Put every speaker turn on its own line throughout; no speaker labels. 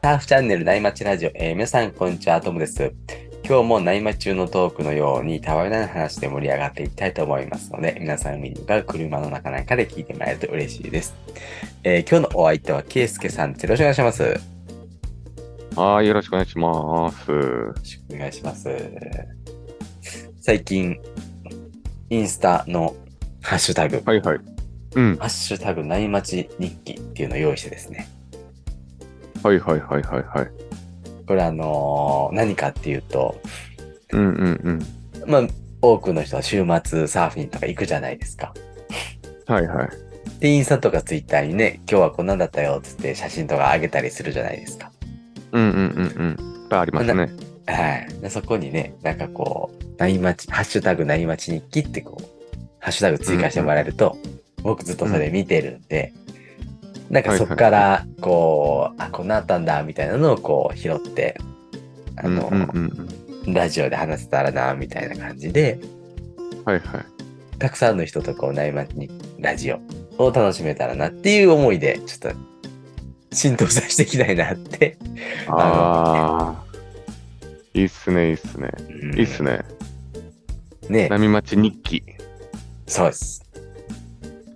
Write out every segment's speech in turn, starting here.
ターフチャンネル内町ラジオ、えー皆さんこんにちは、トムです。今日も内町中のトークのようにたわいない話で盛り上がっていきたいと思いますので、皆さん海に向かう車の中なんかで聞いてもらえると嬉しいです。えー今日のお相手はケイスケさんです。よろしくお願いします。よ
はい、よろしくお願いします。
ろしくお願いします。最近、インスタのハッシュタグ、
はいはい。うん、
ハッシュタグ内町日記っていうのを用意してですね。
はいはいはいはいはい。
これあのー何かっていうと、
うんうんうん。
まあ、多くの人は週末サーフィンとか行くじゃないですか。
はいはい。
で、インスタとかツイッターにね、今日はこんなんだったよっつって写真とか上げたりするじゃないですか。
うんうんうんうん。いっぱいありますね。
はい。でそこにね、なんかこう、何町、ハッシュタグ何町日記ってこう、ハッシュタグ追加してもらえると、僕ずっとそれ見てるんで、なんかそこから、こう、あ、こんなんあったんだ、みたいなのをこう拾って、あ
うんう
の、
んうん
ラジオで話せたらな、みたいな感じで、
うん。はいはい。
たくさんの人とこう内町にラジオを楽しめたらなっていう思いでちょっと浸透させていきたいなって、
あー。いいっすね、いいっすね。
うん
いいっすね。
ね
波町日記。
そうです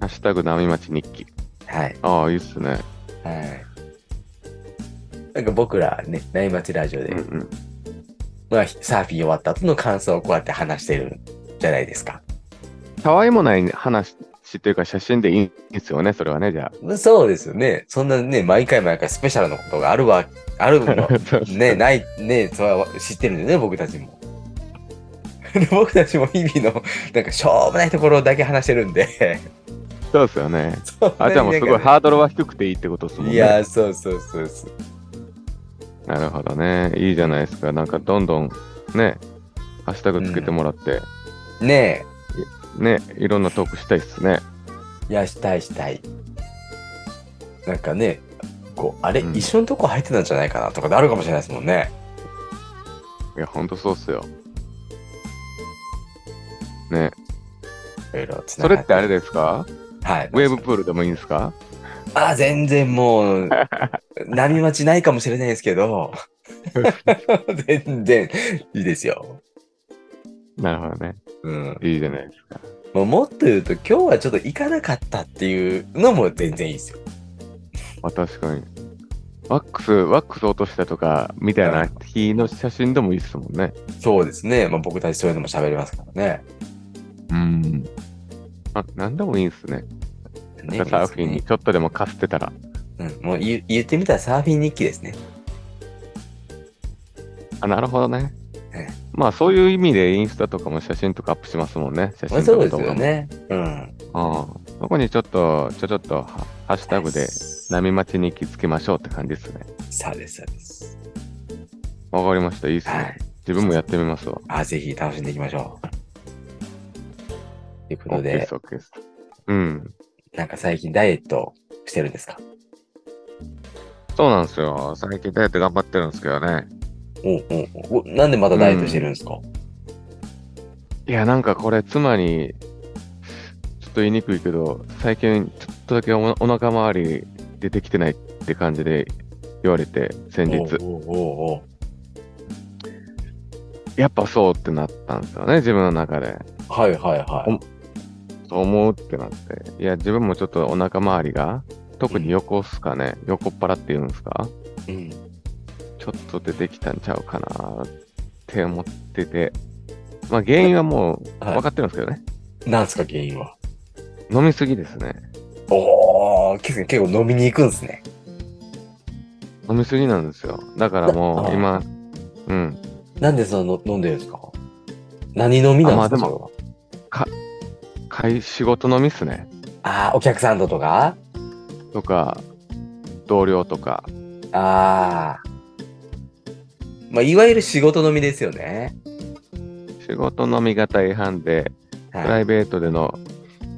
ハッシュタグ波町日記。
はい
ああ、いいっすね。
はいなんか僕らね内町ラジオで、
うんうん。
まあ、サーフィン終わった後の感想をこうやって話してるじゃないですか
たわいもない話というか写真でいいんですよね、それはね、じゃ
そうですよねそんなね毎回毎回スペシャルなことがあるわあるの
あ。
ね、ない、ね、それは知ってるんだよね、僕たちも。 で僕たちも日々の、なんかしょうもないところだけ話してるんで。
そうですよね。
そんな
あ、
に
じゃあもうすご
ないんか
ハードルは低くていいってことですもん
ね
ね。
いや、そうそうそうそう。
なるほどね。いいじゃないですか。なんかどんどんね、ハッシュタグつけてもらって、
ね
ね、いろんなトークしたいっすね。
え、いや、したいしたい。なんかね、こう、あれ、
うん
一緒のとこ入ってたんじゃないかなとかであるかもしれないですもんね。
いや、ほんとそうっすよ。ね、
いろいろつな
そ
が
れってあれですか
はい。
ウェーブプールでもいいんですか
あ、全然もう、 波待ちないかもしれないですけ ど、 全然いいですよ。
なるほどね。
うん。
いいじゃないですか。
もうもっと言うと今日はちょっと行かなかったっていうのも全然いいですよ。
あ、確かに。ワックス、ワックス落としたとか、みたいな日の写真でもいいっすもんね。
そうですね。まあ、僕たちそういうのも喋りますからね。
うん。あ、なんでもいいんすね。
ね
なんかサーフィンにちょっとでもかすってたら。
うん、もう言う言ってみたらサーフィン日記ですね。
あなるほどね
ええ。
まあそういう意味でインスタとかも写真とかアップしますもんね。写
まあ、
真
そ
と
う
か
で
動
す
画
よ
も。
ね。うん。
うん。そこにちょっと、ちょちょっとハハッシュタグで
そう
波町に行きつけましょうって感じですね。
です、そうです。
わかりました。いいです
は
ね
い。。
自分もやってみますわ。
あ、ぜひ楽しんでいきましょう。ということ
OK で、、
です
OK です。うん。
なんか最近ダイエットしてるんですか
そうなんですよ。最近ダイエット頑張ってるんですけどね。
おうおうおうおなんでまたダイエットしてるんですか、
いや、なんかこれ、妻に、ちょっと言いにくいけど、最近ちょっとだけおお腹周り出てきてないって感じで言われて、先
おう
日。
おうおうおう
やっぱそうってなったんですよね、自分の中で。
はいはいはい。
そう思うってなって。いや、自分もちょっとお腹周りが、特に横っすかね、横っ腹っていうんですか
うん、
ちょっと出てきたんちゃうかなって思ってて。まあ原因はもう
はい
分かってるんですけどね。
なんですか原因は。
飲みすぎですね。
おお、結構結構飲みに行くんですね。
飲みすぎなんですよ。だからも
あ
う今、うん、
なんでその飲んでるんですか何飲みなんですか
あまあで
そ
会仕事飲みっすね。
れはあー、お客さんととか
とか、同僚とか。
ああ。まあ、いわゆる仕事飲みですよね。
仕事飲みが大半で、プラ
はい。
イベートでの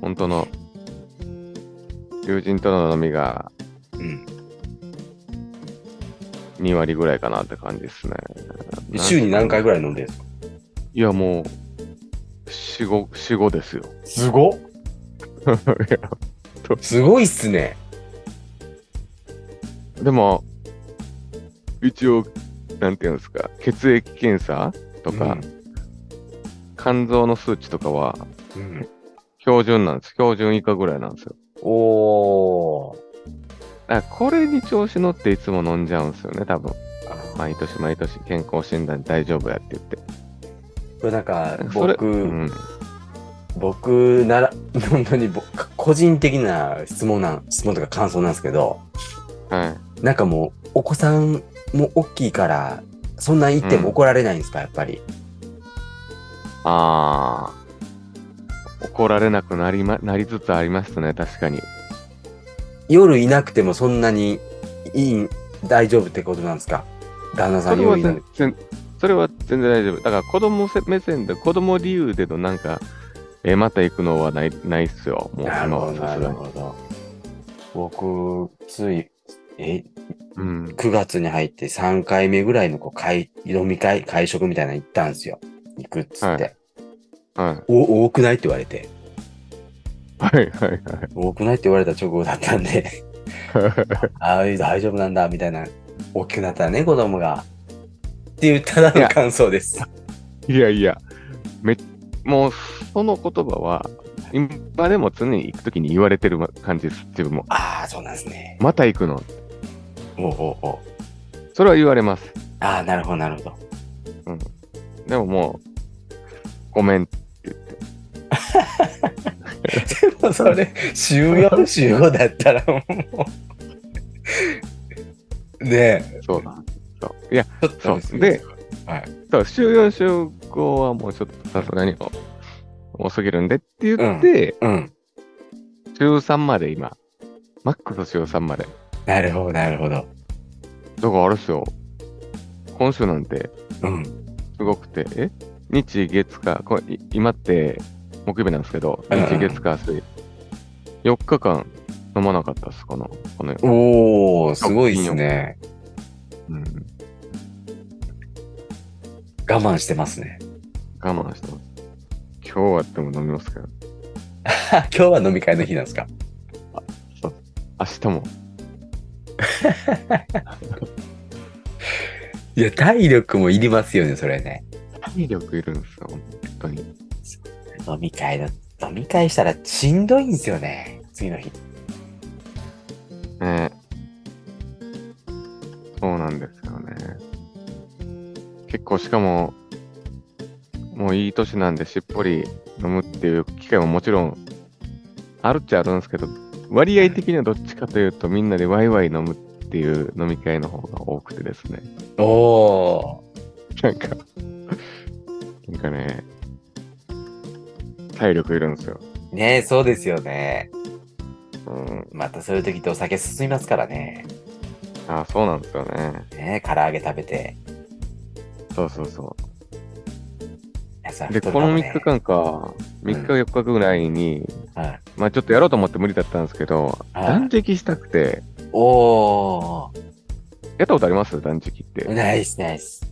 本当の友人との飲みが
うん、
2割ぐらいかなって感じですね。
週に何
なん
回ぐらい飲んでるんですか
いやもう4、5、4、5ですよ。
すご
いや
すごいっすね。
でも、一応、なんていうんですか、血液検査とか、肝臓の数値とかは、
うん。うん
標準なんです。標準以下ぐらいなんですよ。
おー。
だからこれに調子乗っていつも飲んじゃうんですよね、多分。
あ
毎年毎年健康診断大丈夫やって言って。
これなんか
それ
僕、
うん。
僕なら本当に僕個人的な質問なん質問とか感想なんですけど
はい。
なんかもうお子さんも大きいからそんなん言っても怒られないんですか、やっぱり
あー。怒られなくなりま、なりつつありましたね、確かに。
夜いなくてもそんなにいい大丈夫ってことなんですか旦那さ
そ
ん
れは
夜いなく
全然、それは全然大丈夫。だから子供せ目線で、子供理由でのなんか、えーまた行くのはない、ないっすよ。もう
なる
今
ほど
はさ
な
す
る
がに。
ほど僕ついえ
うん。
9月に入って3回目ぐらいのこう会飲み会会食みたいなの行ったんですよ行くっつって、
ははい。
お多くないって言われて
はいはいはい。
多くないって言われた直後だったんでああ、大丈夫なんだ、みたいな。大きくなったらね、子供が。っていうただ
い
の
や
感想です。
いやいや、めもうその言葉は、今でも常に行くときに言われてる感じです、自分も。
ああ、そうなんですね。
また行くの。
おうおうおう
それは言われます。
ああ、なるほど、なるほど。
でももう、ごめん。
でもそれ、週4、週5だったらもう。ねえ。
そうだ。そういや、
ちょっ
そう
ですね
で、
はい。
そう、週4、週5はもうちょっとさすがに遅すぎるんでって言って、
うん。
週3まで今、マックス週3まで。
なるほど、なるほど。
だからあれっすよ、今週なんて、
うん。
すごくて、え日月火、これい今って木曜日なんですけど、
うんうん
日月火水、4日間飲まなかったっす、この、この、
おー、すごいですね。
うん、
我慢してますね。
我慢してます。今日はでも飲みますけど、
今日は飲み会の日なんですか
明日も。
いや、体力もいりますよね、それね。
体力いるんですよ、本当に。
飲み会の、飲み会したらしんどいんですよね。次の日。
ねそうなんですよね。結構しかも、もういい年なんでしっぽり飲むっていう機会ももちろんあるっちゃあるんですけど、割合的にはどっちかというとみんなでワイワイ飲むっていう飲み会の方が多くてですね。
おお
なんか、なんかね、体力いるんですよ。
ー。ねえ、そうですよね。
うん。
またそういう時ってお酒進みますからね。
ああ、そうなんですよね。
ねえ、唐揚げ食べて。
そうそうそう。
いやそりゃ
で、
太る
こ
かも
の
ね
3日間か、3日4日ぐらいに、
はい
まあちょっとやろうと思って無理だったんですけど、
はい
断食したくて、
おー。
やったことあります断食って。
ナイスナイス。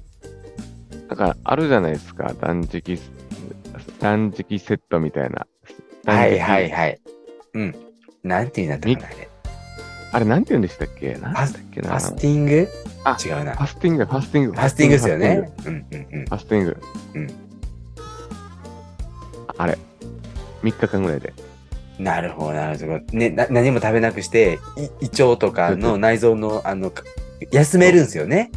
だから、あるじゃないですか、断食、断食セットみたいな。
はいはい
断食。
はい。うん。なんていうんだったかな、あれ。
あれ、なんて言うんでしたっけなんだっけ
フ
な
ァスティング
あ
違うな。
フ
フ
ァスティング、ファスティング。
ァスティングですよね
フ。
うんうんうん。
ァスティング。ファスティング
う
あれ、3日間ぐらいで。
なるほど、なるほど。ね、な何も食べなくして、い胃腸とかの内臓の、あの、か休めるんですよね。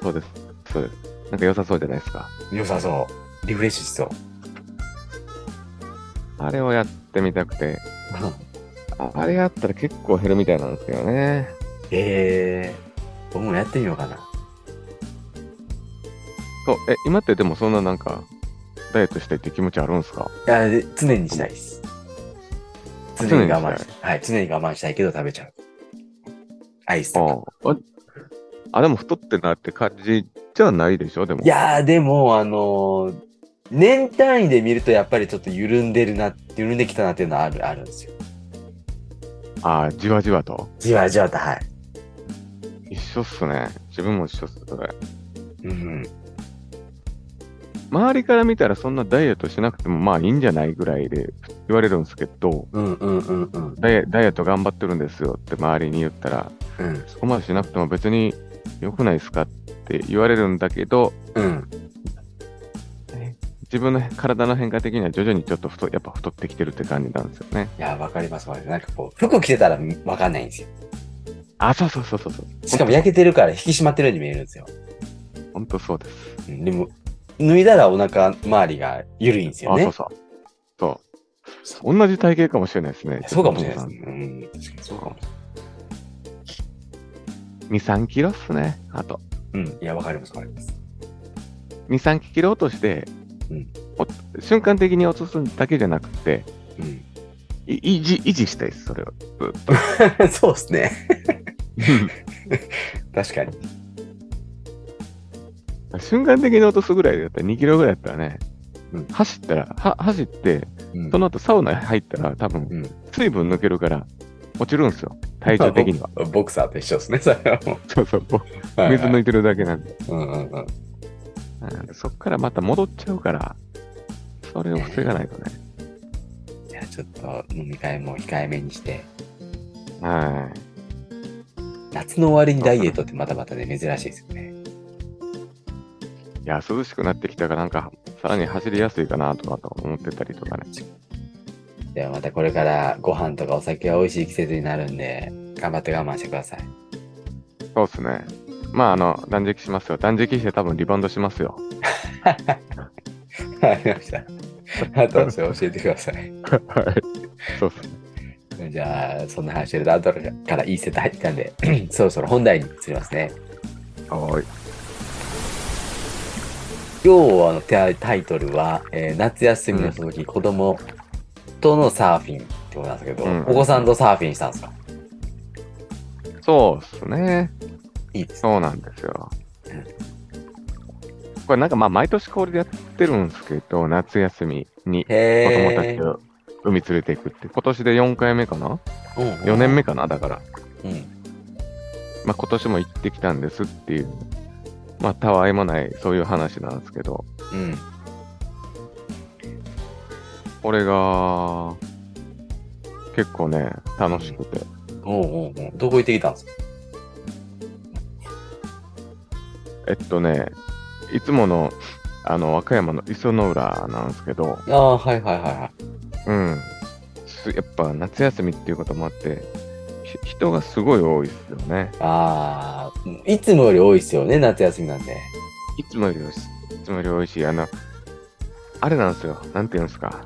そうです。そうです。なんか良さそうじゃないですか。
良さそう。リフレッシュしそう。
あれをやってみたくて。ああれやったら結構減るみたいなんですけどね。
ええー、僕もやってみようかな。
そう、え、今ってでもそんななんか、ダイエットしたいって気持ちあるんですか
あで常にしたいです。常
常に
に我慢したい。はい、常に我慢したいけど食べちゃう。アイス
あ
とか。
あ。あ、でも太ってんなって感じじゃないでしょでも。
い。やー、でも、あのー年単位で見るとやっぱりちょっと緩んでるな、緩んできたなっていうのはある、あるんですよ。
ああ、じわじわと。
じわじわと、はい。
一緒っすね。自分も一緒っす。それ
うん。
周りから見たらそんなダイエットしなくてもまあいいんじゃないぐらいで言われるんですけど、
うんうんうんうん。
ダイエダイエット頑張ってるんですよって周りに言ったら、
うん。
そこまでしなくても別に良くないですかって言われるんだけど、
うん。
自分の体の変化的には徐々にちょっと太やっぱ太ってきてるって感じなんですよね。
いや、わかりますわかります。なんかこう、服着てたらわかんないんですよ。
あ、そうそうそうそうそう。
しかも焼けてるから引き締まってるように見えるんですよ。
ほんとそうです。
うんでも、脱いだらお腹周りが緩いんですよ
あ、
ね。
そうそう。そう。同じ体型かもしれないですね。
そうかもしれないで
ち
す。うん、確かにそうかもし
ょっと2、3キロっすね。あと。
れない。うん。いや、わかりますわかります。
2、3キロ落として、
うん
お瞬間的に落とすだけじゃなくて、
うん。
い維持、維持したいです、 それを。
そうですね。確かに。
瞬間的に落とすぐらいだったら、2キロぐらいだったらね、
うん
走ったら、は走って、
うん
その後サウナ入ったら、多
う
分
ん
水分抜けるから、落ちるんですよ、体重的 には。
ボボクサーと一緒ですね、それはも
そうそう、僕
う。はい
水抜いてるだけなんで。
うんうんうん。
うんそっからまた戻っちゃうから、それを防がないとね。
じゃあちょっと飲み会も控えめにして、
はい。
夏の終わりにダイエットってまたまたね、珍しいですよね。
いや、涼しくなってきたから、なんか、さらに走りやすいかなとかと思ってたりとかね。
ではまたこれからご飯とかお酒は美味しい季節になるんで、頑張って我慢してください。
そうですね。まあ、あの、断食しますよ。断食して多分リバウンドしますよ。
わかりました。あとはそれ教えてください。
はい。そうですね。
じゃあ、そんな話してると、後からいいセット入ったんで、 そろそろ本題に移りますね。
はい。
今日はのタタイトルは、えー夏休みの続き、子供とのサーフィンってことなんですけど、
うん
お子さんとサーフィンしたんですか
そうですね。
いいですね。
そうなんですよ
うん。
これなんかまあ毎年これでやってるんですけど、夏休みに子供た
へ
ちを海連れていくって、今年で4回目かな
ーうんうん
?4 年目かなだから。
うん。
まあ今年も行ってきたんですっていう、まあたわいもないそういう話なんですけど、
うん。
これが結構ね、楽しくて。
おうおうおうどこ行ってきたんですか
えっとね、いつものあの和歌山の磯の浦なんですけど、
ああ、はいはいはいは
うん。すやっぱ夏休みっていうこともあって、ひ人がすごい多いですよね。
い。ああ、いつもより多いですよね、夏休みなんで。
いつもより多いし、いつもより多いし、あの、あれなんですよ。なんていうんですか。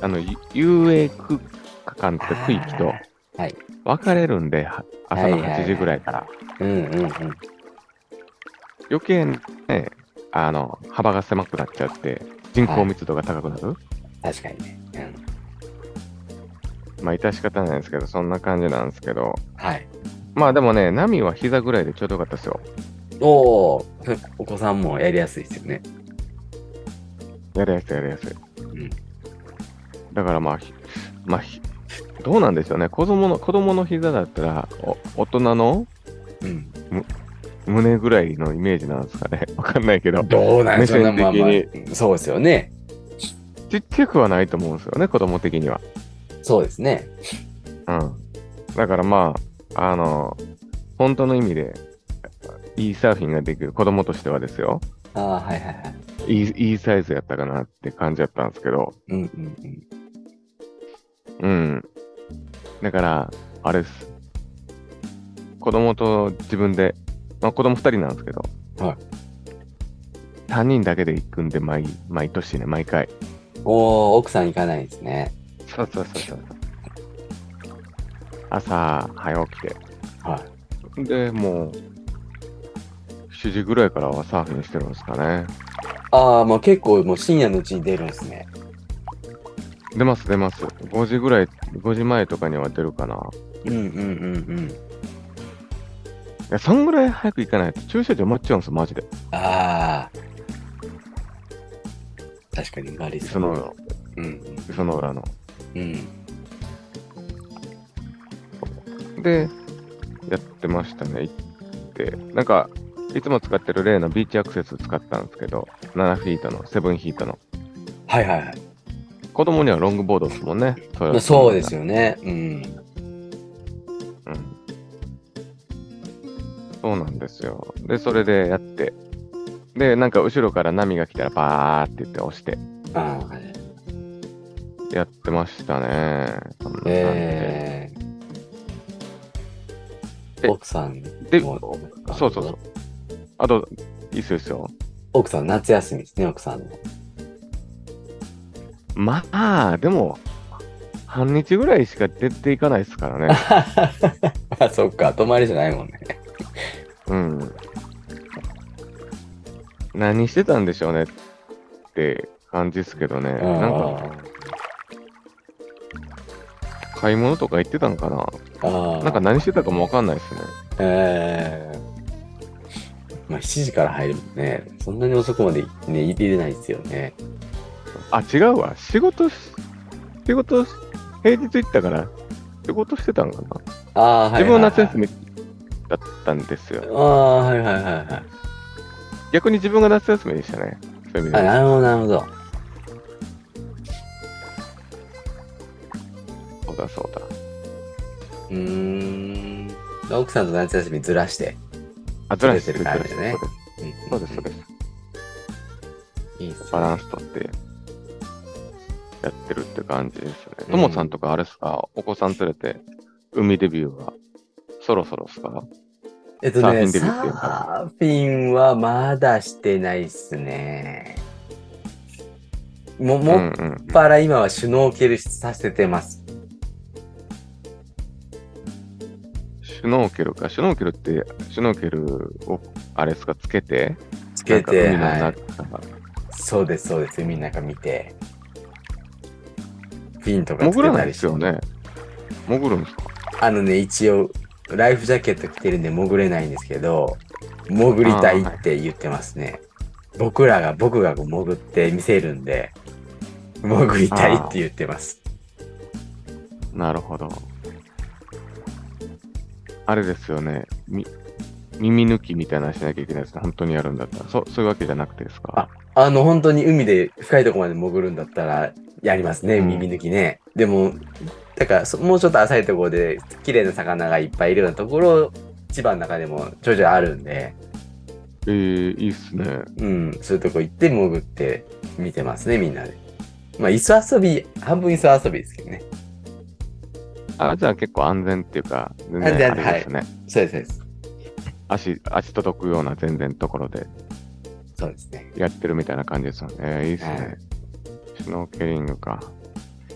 あの、ゆ遊泳区間って区域と
はい
分かれるんで、は朝の
はいはいはい
8時ぐらいから。
うんうんうん。
余計ね、あの、幅が狭くなっちゃって、人口密度が高くなる。
確かにね。うん。
まあ、致し方ないですけど、そんな感じなんですけど。
はい。
まあでもね、波は膝ぐらいでちょうどよかったですよ。
おお、お子さんもやりやすいですよね。
やりやすいやりやすい。
うん
だからまあ、ひまあ、ひどうなんでしょうね。子供の、子供の膝だったら、お大人の
うん。
胸ぐらいのイメージなんですかね。 わかんないけど。
どうなんでしょうね、
目線的に
まあまあ。そうですよね。
ちっちゃくはないと思うんですよね、子供的には。
そうですね。
うん。だからまあ、あの、本当の意味で、いいサーフィンができる子供としてはですよ。
ああ、はいはいはい。
いい、いいサイズやったかなって感じだったんですけど。
うんうん
うん。だから、あれです。子供と自分で、まあ、子供二人なんですけど、
はい。
三人だけで行くんで、毎、毎年ね、毎回。
うん。おお、奥さん行かないんですね。
そうそうそうそう。朝、早起き
は
て。で、もう、7時ぐらいからはサーフィンしてるんですかね。
い。ああ、もう結構もう深夜のうちに出るんですね。
出ます、出ます。5時ぐらい、5時前とかには出るかな。
うんうんうんうん。
いや、そんぐらい早く行かないと駐車場埋まっちゃうんですよ、マジで。
ああ。確かに、マリ
その、
うん。
その裏の。
うん。
で、やってましたね、行って。なんか、いつも使ってる例のビーチアクセス使ったんですけど、7フィートの、7ヒートの。
はいはいはい。
子供にはロングボードですもんね。そ
まあそうです
よ。
よね。うん。
うん。そうなんですよ。で、それでやって、で、なんか後ろから波が来たらバーって言って押して
ああ、はい。
やってましたね。そんな感じで
え
え
ー、奥さん
で
も
そうそうそう。。あと、いいっすよ、いいっすよ。
奥さん、夏休みですね、奥さんの。
まあ、でも、半日ぐらいしか出ていかないですから ね。
あ、そっか、泊まりじゃないもんね。
うん。何してたんでしょうねって感じですけどね。なんか、
あ
買い物とか行ってたんかな
あああ。
なんか何してたかもわかんないですね。
ええまあ、7時から入るもんね。そんなに遅くまで、ね、入れないですよね。
あ、違うわ。仕事し、仕事し、平日行ったから、仕事してたんかな。
ああ、はい、
自分は夏休
み。
みだったんですよ。
ああ、はいはいはいはい。
逆に自分が夏休みでしたね。そういう意味で
あ、
は。
なるほど、なるほど。
そうだそうだ。
うーん。奥さんと夏休みずらして。
あ、ずらして
ずれてる感じね
ずらしてそうです、そうです。
いいっすね
バランスとってやってるって感じですね。
うん
ともさんとかあれっすか、お子さん連れて海デビューはそろそろっすか
えっと
サーフィ
ね、
ンデビュ
サ
ーっていうか
ーフィンはまだしてないっすね。も、
う
も
んうん。
っぱら今はシュノーケルさせてます。
シュノーケルか。シュノーケルって、シュノーケルをあれっすか、つけて、
つけて、はい
なんか海の中、
そうです、そうです。海の中見て。フィンとかつ
潜
け
らな
た
いで
りし
す
て。
よね。潜るんですか
あのね、一応、ライフジャケット着てるんで潜れないんですけど、潜りたいって言ってますね。僕らが、僕が潜って見せるんで、潜りたいって言ってます。
なるほど。あれですよね。み耳抜きみたいなのしなきゃいけないですね。本当にやるんだったら。そそういうわけじゃなくてですか。
あの、本当に海で深いところまで潜るんだったら、やりますね、
うん
耳抜きね。でも、だからそ、もうちょっと浅いところで、綺麗な魚がいっぱいいるようなところ、千葉の中でもちょいちょいあるんで、
えー、いいっすね。
うん、そういうとこ行って潜って見てますね、みんなで。まあ、磯遊び、半分磯遊びですけどね。
あ、じゃあ結構安全っていうか、全
安
然
全
ありですね。
そうです、そうです。
足、足届くような全然ところで
そうですね。
やってるみたいな感じですよね。えーいいっす
は
ね
い。
シュノーケリングか。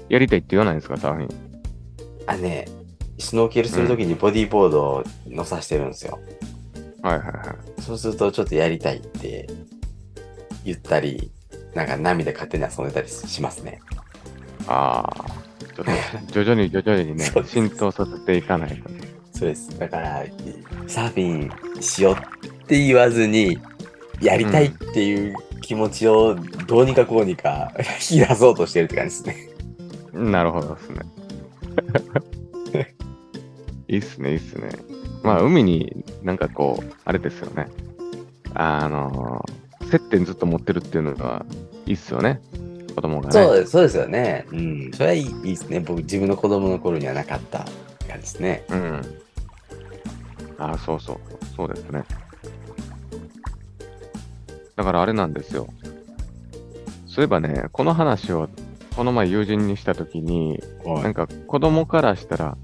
やりたいって言わないんですか、サーフィン。
あ、ね、シュノーケルするときにボディーボードを乗さしてるんですよ。
はいはいはい。
そうすると、ちょっとやりたいって言ったり、なんか波で勝手に遊んでたりしますね。
ああ、ちょっと徐々に徐々にね
そう、です
浸透させていかないと。
そうです。だから、いサーフィンしようって言わずに、やりたいっていう気持ちをどうにかこうにか 引き出そうとしてるって感じですね。
なるほどですね。 いいっすね、いいっすね。まあ、海になんかこう、あれですよね。あのー接点ずっと持ってるっていうのがいいっすよね。子供がね。
そうです、そうですよね。うん。それはいいいいですね。僕、自分の子供の頃にはなかった感じですね。
うん。あ、そうそう。そうですね。だからあれなんですよ。そういえばね、この話をこの前友人にしたときに、
は
なんか子供からしたら、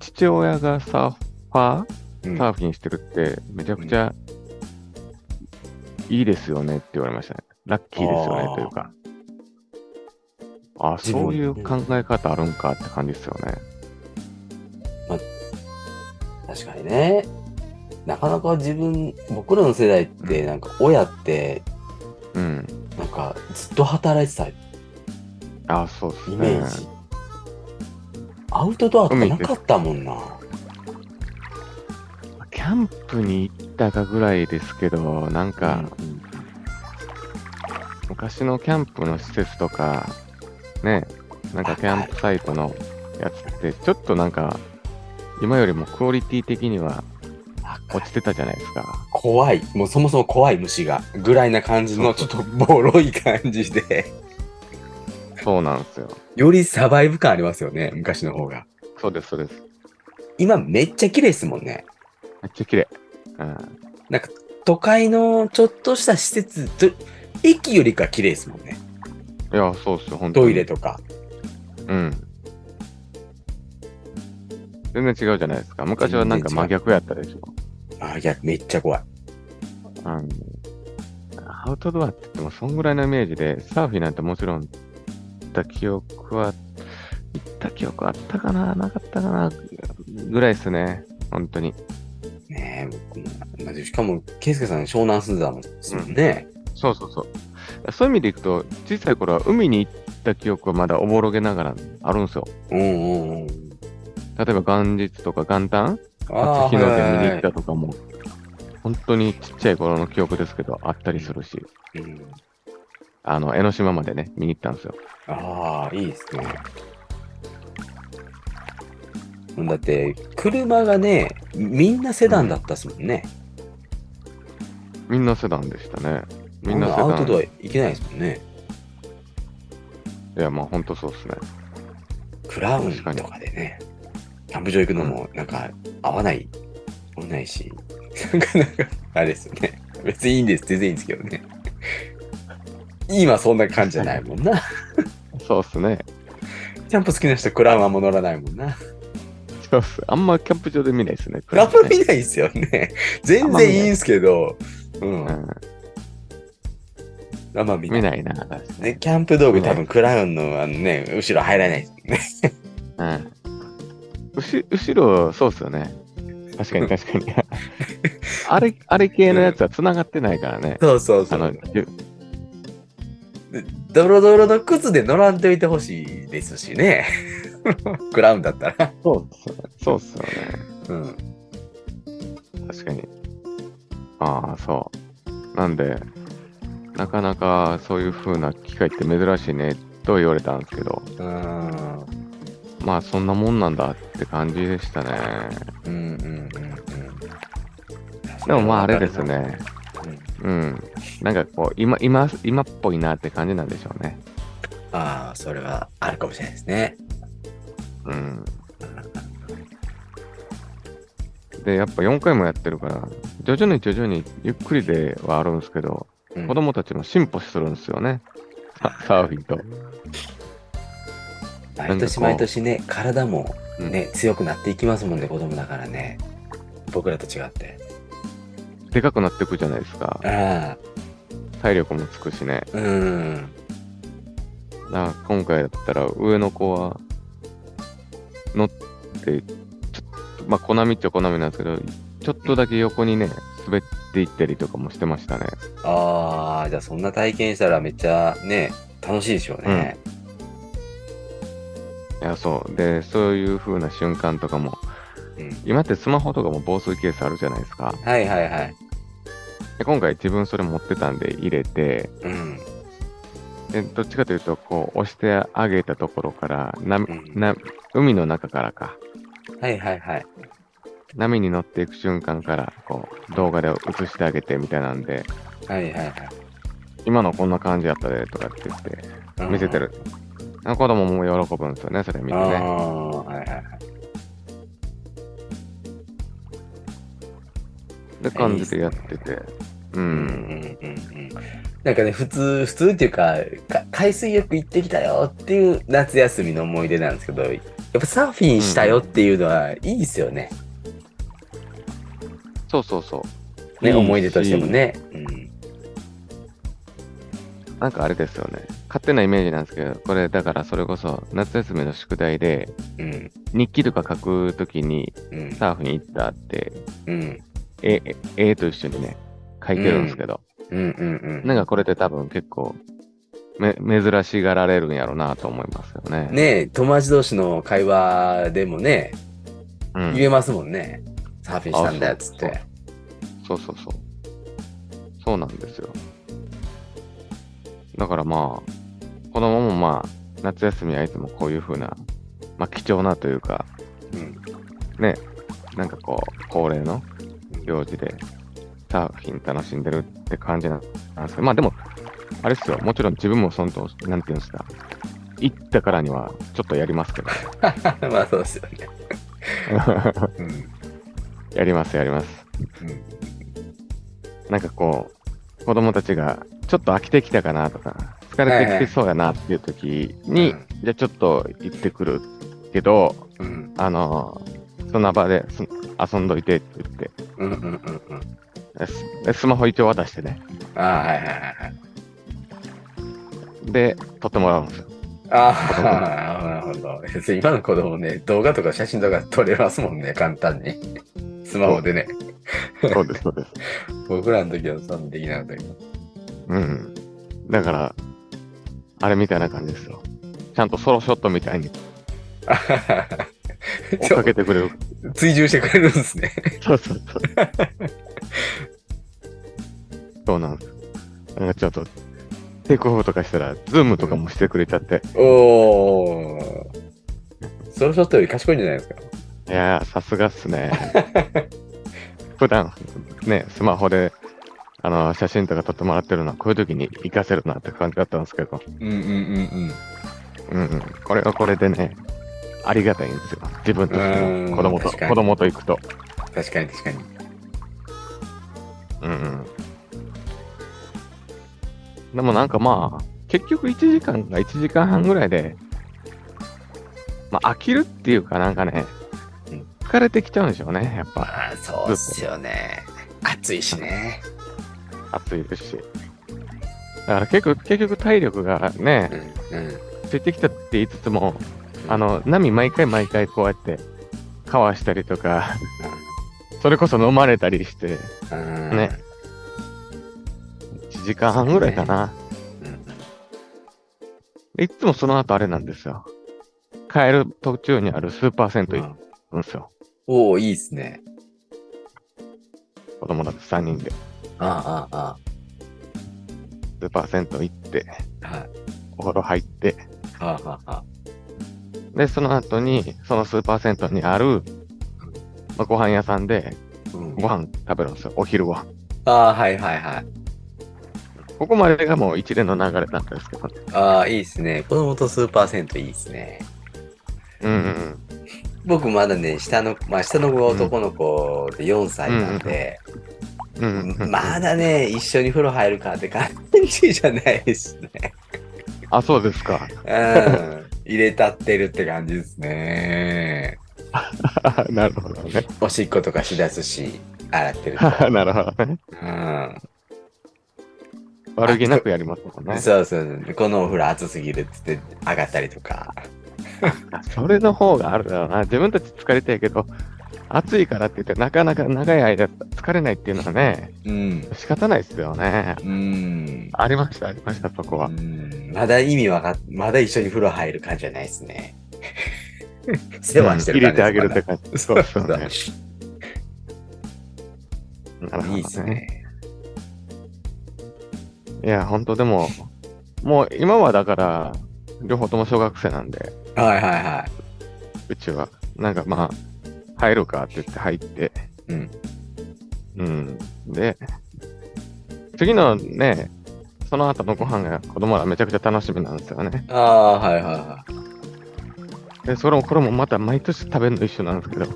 父親がサーファー
い。うん
サーフィンしてるって、めちゃくちゃいいですよねって言われましたね。ラッキーですよ
あ
ね
ー
というか。あ、
自分
そういう考え方あるんかって感じですよね。
確かにね。なかなか自分、僕らの世代って、なんか親って、
うん。
なんかずっと働いてたイ
あ、そうですね。
メージ。アウトドアとかなかったもんな。
キャンプに行ったかぐらいですけど、なんか、
うん
昔のキャンプの施設とか、ね、なんかキャンプサイトのやつって、ちょっとなんか、今よりもクオリティ的には
あ
落ちてたじゃないですか。
怖い。もうそもそも怖い虫が。ぐらいな感じの、ちょっとボロい感じで。
そうなんですよ。
よりサバイブ感ありますよね、昔の方が。
そうです、そうです。
今めっちゃ綺麗ですもんね。
めっちゃ綺麗。うん。
なんか都会のちょっとした施設と、駅よりか綺麗ですもんね。
いや、そうっすよ、本当に。
トイレとか。
うん。全然違うじゃないですか。昔はなんか真逆やったでしょ。
あ、いや、めっちゃ怖い。
あの、アウトドアって言っても、そんぐらいのイメージで、サーフィンなんてもちろん、行った記憶は、行った記憶あったかな、なかったかな、ぐらいですね。本当に。
ねえ、僕も同じ。しかも、ケイスケさん湘南住んでたもんですもんね。
そうそうそう。そういう意味でいくと、小さい頃は海に行った記憶はまだおぼろげながらあるんですよ。
うんうんうん。
例えば元日とか元旦、
ああ、
初日の出見に行
は
っ
いは
たとかも、本当にちっちゃい頃の記憶ですけど、あったりするし、
いうん
あの、江ノ島までね、見に行ったんですよ。
ああ、いいですね。だって、車がね、みんなセダンだったっすもんね。
みんなセダンでしたね。みんなセ
アウ
ダ
ト
ン
ドア行けないですもんね。
いや、まあ、ほんとそうですね。
クラウンとかでね、キャンプ場行くのも、なんか、合わない、合わないし、 なんか、なんか、あれですよね。別にいいんです、全然いいんですけどね。今そんな感じじゃないもんな。
そうっすね。
キャンプ好きな人、クラウンはもう乗らないもんな。
そうっす。あんまキャンプ場で見ないですね。
クラウンは
ね
見ないですよね。全然いいんですけど、うん。
うん、
あんま見ない
見。ないな。確かに
ね、キャンプ道具多分クラウンのあのね、後ろ入らないですもんね。
うん。うし後ろ、そうっすよね。確 かに確かに。あれ、あれ系のやつは繋がってないからね。
そうそう
あ
そ
の、
う。
じゅ
ドロドロの靴で乗らんといてほしいですしね。 クラウンだったら。
そうっすよね。そうっすよね。
うん。
確かに。ああ、そう。なんで、なかなかそういう風な機会って珍しいねと言われたんですけど、
うん。
まあそんなもんなんだって感じでしたね。
うんうんうん
でもまああれです。ね。
うん
うん。なんかこう、今、今、今っぽいなって感じなんでしょうね。
ああ、それはあるかもしれないですね。
うん。で、やっぱ4回もやってるから、徐々に徐々にゆっくりではあるんですけど、
うん
子供たちも進歩するんですよね。ササーフィンと。
毎年毎年ね、体もね、強くなっていきますもんね、子供だからね。僕らと違って。
でかくなっていくじゃないですか。
ああ、
体力もつくしね。
うん。
だから今回だったら上の子は乗って、ちょっと、まあ、コナミっちゃコナミなんですけど、ちょっとだけ横にね、滑っていったりとかもしてましたね。
ああ、じゃあそんな体験したらめっちゃね、楽しいでしょうね。
いや、そう。で、そういう風な瞬間とかも、
うん。
今ってスマホとかも防水ケースあるじゃないですか。
はいはいはい。
で今回自分それ持ってたんで入れて、
うん。
でどっちかというと、こう、押してあげたところから、な
うん
な海の中からか、
はいはいはい。
波に乗っていく瞬間から、こう、動画で映してあげてみたいなんで、
はいはいはい。
今のこんな感じやったでとかって言って
うん
見せて。る。あ子供も喜ぶんですよね、それ見て
ああ
ね。
ー、はいはいはい。
って感じでやってて。う
うん
ん。
うんうんうん。なんかね、普通、普通っていうか、か海水浴行ってきたよっていう夏休みの思い出なんですけど、やっぱサーフィンしたよっていうのはいいですよね。
そうそうそう。
ね、
いいし
思い出としてもね。うん。
なんかあれですよね。勝手なイメージなんですけど、これだからそれこそ夏休みの宿題で
うん。
日記とか書くときに
うん。
サーフィン行ったって、
うん。
絵、絵絵と一緒にね、書いてるんですけど、
うんうんうん。
なんかこれで多分結構め珍しがられるんやろうなと思いますよね。。
ね友達同士の会話でもね、
うん
言えますもんね。サーフィンしたんだよっつって。
そうそうそう。そうなんですよ。だからまあ、子供もまあ、夏休みはいつもこういう風な、まあ貴重なというか、
うん
ね、なんかこう、恒例の行事で、サーフィン楽しんでるって感じなんですけど、まあでも、あれっすよ、もちろん自分もそのと、なんていうんですか、行ったからにはちょっとやりますけど、
まあそうですよね。うん
やりますやります。なんかこう、子供たちがちょっと飽きてきたかなとか、疲れてきてそうやなっていう時に、
うん
じゃあちょっと行ってくるけど、
うん
あのーその場です遊んどいてって言って
うんうんうんうん
えス、スマホ一応渡してね、
ああはいはいはいはい
で、撮ってもらうん ですよ。
ああなるほど別に今の子供ね動画とか写真とか撮れますもんね簡単にスマホでね
そうです、そうです。
僕らの時はそんなできなかったけど
うん。だから、あれみたいな感じですよ。ちゃんとソロショットみたいに
あはは
追っかけてくれる。
追従してくれるんですね
そうそうそう。 そうなんです。なんかちょっと、テイクオフとかしたら、ズームとかもしてくれちゃって、
おお。ソロショットより賢いんじゃないですか。
いやー、さすがっすね。 普段、ね、スマホで、あの、写真とか撮ってもらってるのは、こういう時に活かせるなって感じだったんですけど、
うんうんうん
うんうん、これはこれでね、ありがたいんですよ。自分として
うーん
も、子供と、
確かに
子供と行くと。
うん。確かに確かに。
うんうん。でもなんかまあ、結局1時間か1時間半ぐらいで、まあ飽きるっていうかなんかね
うん、
疲れてきちゃうんでしょうね、やっぱ
ああ、そうっすよね。暑いしね。
暑いですし。だから結構、結局体力がね、
うんうん。
ついてきたって言いつつも、あの、波毎回毎回こうやって、かわしたりとか、それこそ飲まれたりして、
うん。
ね1時間半ぐらいかな。
うん。
いつもその後あれなんですよ。帰る途中にあるスーパー銭湯行
あ
くんですよ。
おお、いいっすね。
子供たち3人で。
ああ、あ
スーパー銭湯行って、
あ、はい。
お風呂入って、
ああ、ああ、
で、その後に、そのスーパー銭湯にある、まあ、ご飯屋さんで
うん
ご飯食べるんですよ。お昼ご飯。
ああ、はいはいはい。
ここまでがもう一連の流れなんですけどね。
ああ、いいっすね。子供とスーパー銭湯いいっすね。
うんうん
僕まだね、下の、まあ下の子が男の子で4歳なんで、
うん。うんうんうん、
まだね、一緒に風呂入るかって感じじゃないですね。
あ、そうですか。
う ん。入れたってるって感じですね。
なるほどね。
おしっことかしだすし、洗ってると。
なるほどね。
うん。
悪気なくやりますもんね。
そうそうそう。このお風呂暑すぎるっつって上がったりとか。
それの方があるだろうな。自分たち疲れてるけど、暑いからって言って、なかなか長い間疲れないっていうのはね、
うん。
仕方ないですよね。
うん。
ありました、ありました、そこ
う
は。
んまだ意味わかっ、まだ一緒に風呂入る感じじゃないです ね。世話してる
う
感じ
ん入れてあげるって感 じ。そうそ
そう
う
だ
ね。なるほど、ね。
いいですね。
いや、本当でも、もう今はだから、両方とも小学生なんで、
はいはいは
うちは、なんかまあ、入るかって言って入って、
い。うん。
うん。で、次のね、その後のご飯が子供らめちゃくちゃ楽しみなんですよね。
ああ、はいはいはい。
で、それも、これもまた毎年食べるの一緒なんですけど。う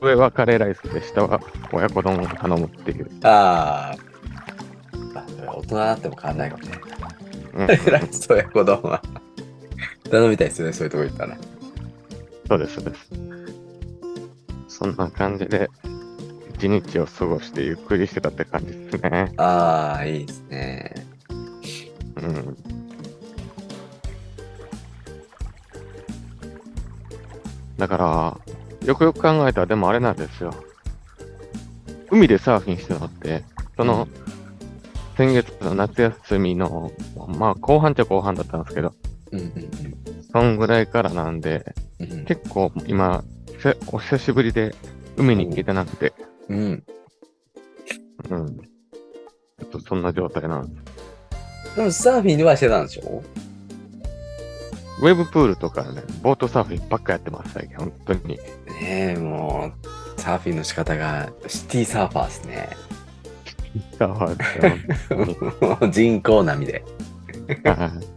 上はカレーライスで、下は親子丼を頼むっていう。
ああ。それは大人になっても変わんないかもね。
うん
ラ イスと親子丼は。頼みたいですよね、そういうとこ行ったら。
そうです、そうです。そんな感じで、一日を過ごしてゆっくりしてたって感じですね。
ああ、いいですね。
うん。だから、よくよく考えたら、でもあれなんですよ。海でサーフィンしてたのって、その、先月の夏休みの、まあ、後半っちゃ後半だったんですけど、
うんうん
そんぐらいからなんで、
うん。うん
結構今、せお久しぶりで海に行けてなくて、
うん。
うん。ちょっとそんな状態なんです。
でもサーフィンはしてたんでしょ
ウェブプールとかね、ボートサーフィンばっかやってます、最近、本当に。
ねえ、もう、サーフィンの仕方がシティサーファーですね。
サーファーですよ
もう 人工波で。
はい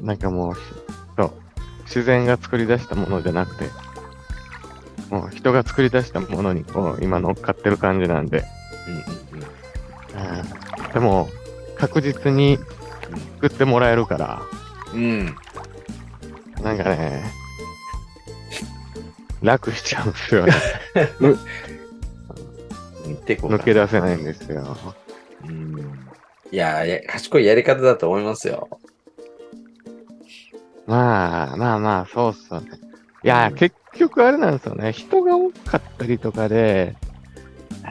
なんかもう、そう、自然が作り出したものじゃなくて、もう人が作り出したものにこう今乗っかってる感じなんで、
うんうんうん。
でも確実に作ってもらえるから、
うん。
なんかね、楽しちゃうんですよね。う
言ってこうか
抜け出せないんですよ。
うん。いや、や賢いやり方だと思いますよ。
まあまあまあ、そうっすよね。いやー、結局あれなんですよね。人が多かったりとかで、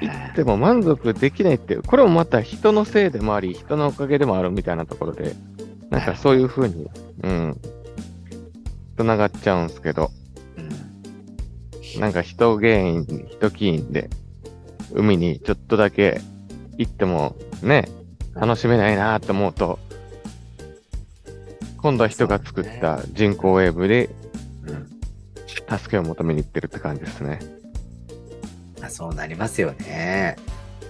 行っても満足できないっていう、これもまた人のせいでもあり、人のおかげでもあるみたいなところで、なんかそういうふうに、うん、繋がっちゃうんですけど、
うん
なんか人原因、人起因で、海にちょっとだけ行ってもね、楽しめないなと思うと、今度は人が作った人工ウェーブで
うん。
助けを求めに行ってるって感じですね。
まあ、そうなりますよね。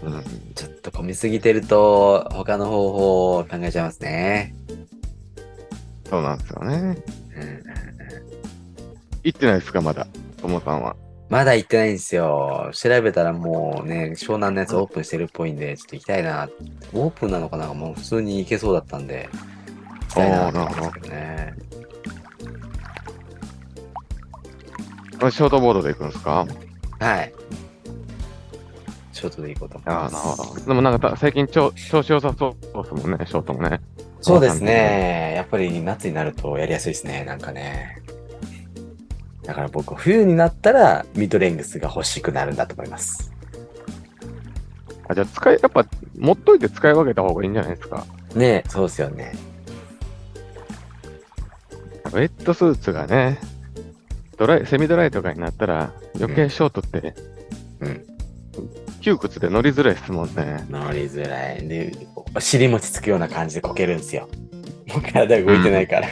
うん、
ちょっと混みすぎてると、他の方法を考えちゃいますね。
そうなんですよね。
うん、
行ってないですか、まだ、ともさんは。
まだ行ってないんですよ。調べたらもうね、湘南のやつオープンしてるっぽいんで、ちょっと行きたいな。オープンなのかなもう普通に行けそうだったんで、行きたいなと思うんですけどね。
あショートボードで行くんですか
はい。ショートで行こうと思います。
ど。でもなんかた最近ちょ調子良さそうですもんね、ショートもね。
そうですね。やっぱり夏になるとやりやすいですね。なんかね。だから僕、冬になったらミドレングスが欲しくなるんだと思います。
あじゃあ使い、やっぱ、持っといて使い分けた方がいいんじゃないですか。
ねえ、そうですよね。
ウェットスーツがね、ドライ、セミドライとかになったら、余計ショートって、
うん。
窮屈で乗りづらいですもんね。
乗りづらい。で、お尻餅つくような感じでこけるんですよ。もう体動いてないから。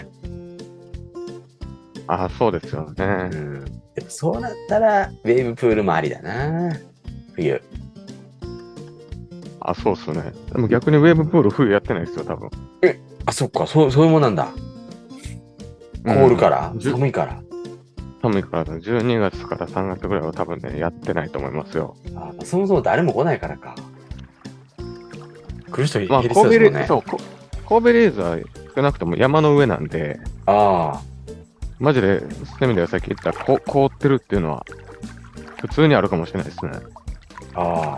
ああ、そうですよ
う
ね。
ん。でもそうなったら、ウェーブプールもありだな。冬。
あそうっすね。でも逆にウェーブプール冬やってないですよ、多分。
あ、そっか、そう、そういうもんなんだ。凍るから、
うんじゅ
寒いから。
寒いからだ、12月から3月ぐらいは多分ね、やってないと思いますよ。
あそもそも誰も来ないからか。来る人減
まあ、
り
コ
そう
ー
で
ベ
す
レ
もん
ー
ね。
そう、こ神戸レーズは少なくとも山の上なんで、
ああ。
マジで、セミではさっき言ったこ凍ってるっていうのは、普通にあるかもしれないですね。
ああ。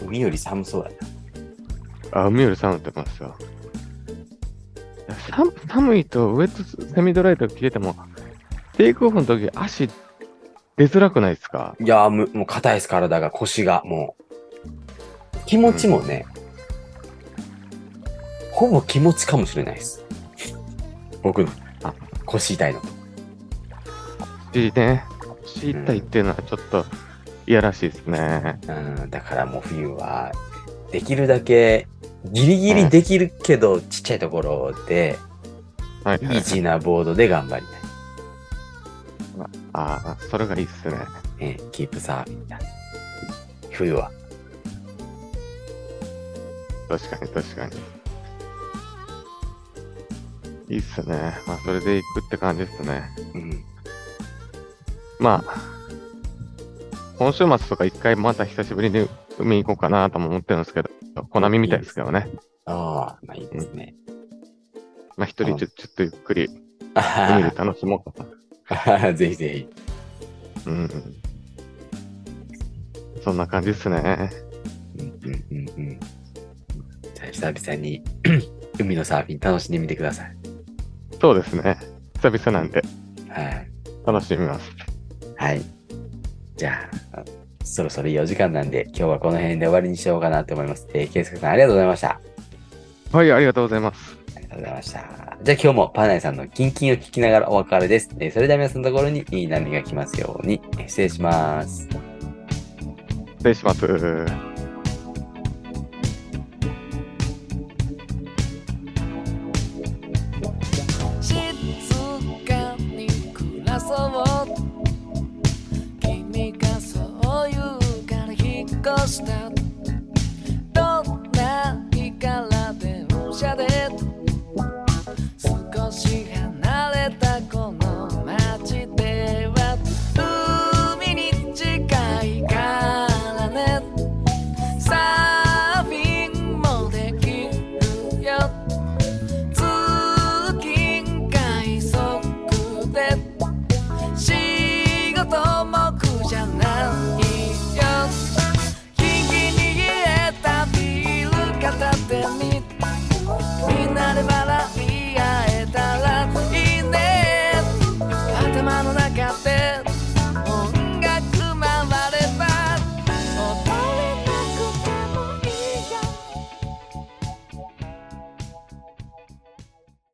海より寒そうだ
あ、海より寒くなってますよ。寒寒いとウェットスセミドライと切れても、テイクオフの時足出づらくないですか
な。いやーむ、もう硬いです、体が、腰が、もう。気持ちもね、ほぼ気持ちかもしれないです。僕の、あ、腰痛いのと。
尻ね。腰痛いっていうのはちょっといやらしいですね。
うん、だからもう冬は、できるだけ、ギリギリできるけど、ちっちゃいところで、
はい、
イ
はい
ー。ジーなボードで頑張りたい。
ああ、それがいいっすね。
ええキープサーフィンだ。冬は。
確かに確かに。いいっすね。まあ、それで行くって感じですね。
うん。
まあ、今週末とか一回また久しぶりに海行こうかなとも思ってるんですけど、コナミみたいですけどね。
ああ、まあいいですね。
まあ一人ちょちょっとゆっくり
あは
海で
は
楽しもうかな。
あはは ぜひぜひ。
うんうん。そんな感じですね。
うんうんうんうん。じゃあ久々に海のサーフィン楽しんでみてください。
そうですね。久々なんで
はい。
楽しみます。
はい。じゃあ、そろそろいいお時間なんで、今日はこの辺で終わりにしようかなと思います。えー、ケイスケさんありがとうございました。
はい、ありがとうございます。
ありがとうございました。じゃあ今日もパナイさんのキンキンを聞きながらお別れです。えーそれでは皆さんのところにいい波が来ますように。えー失礼します。
失礼します。
静かに暮らそう君がそう言うから引っ越した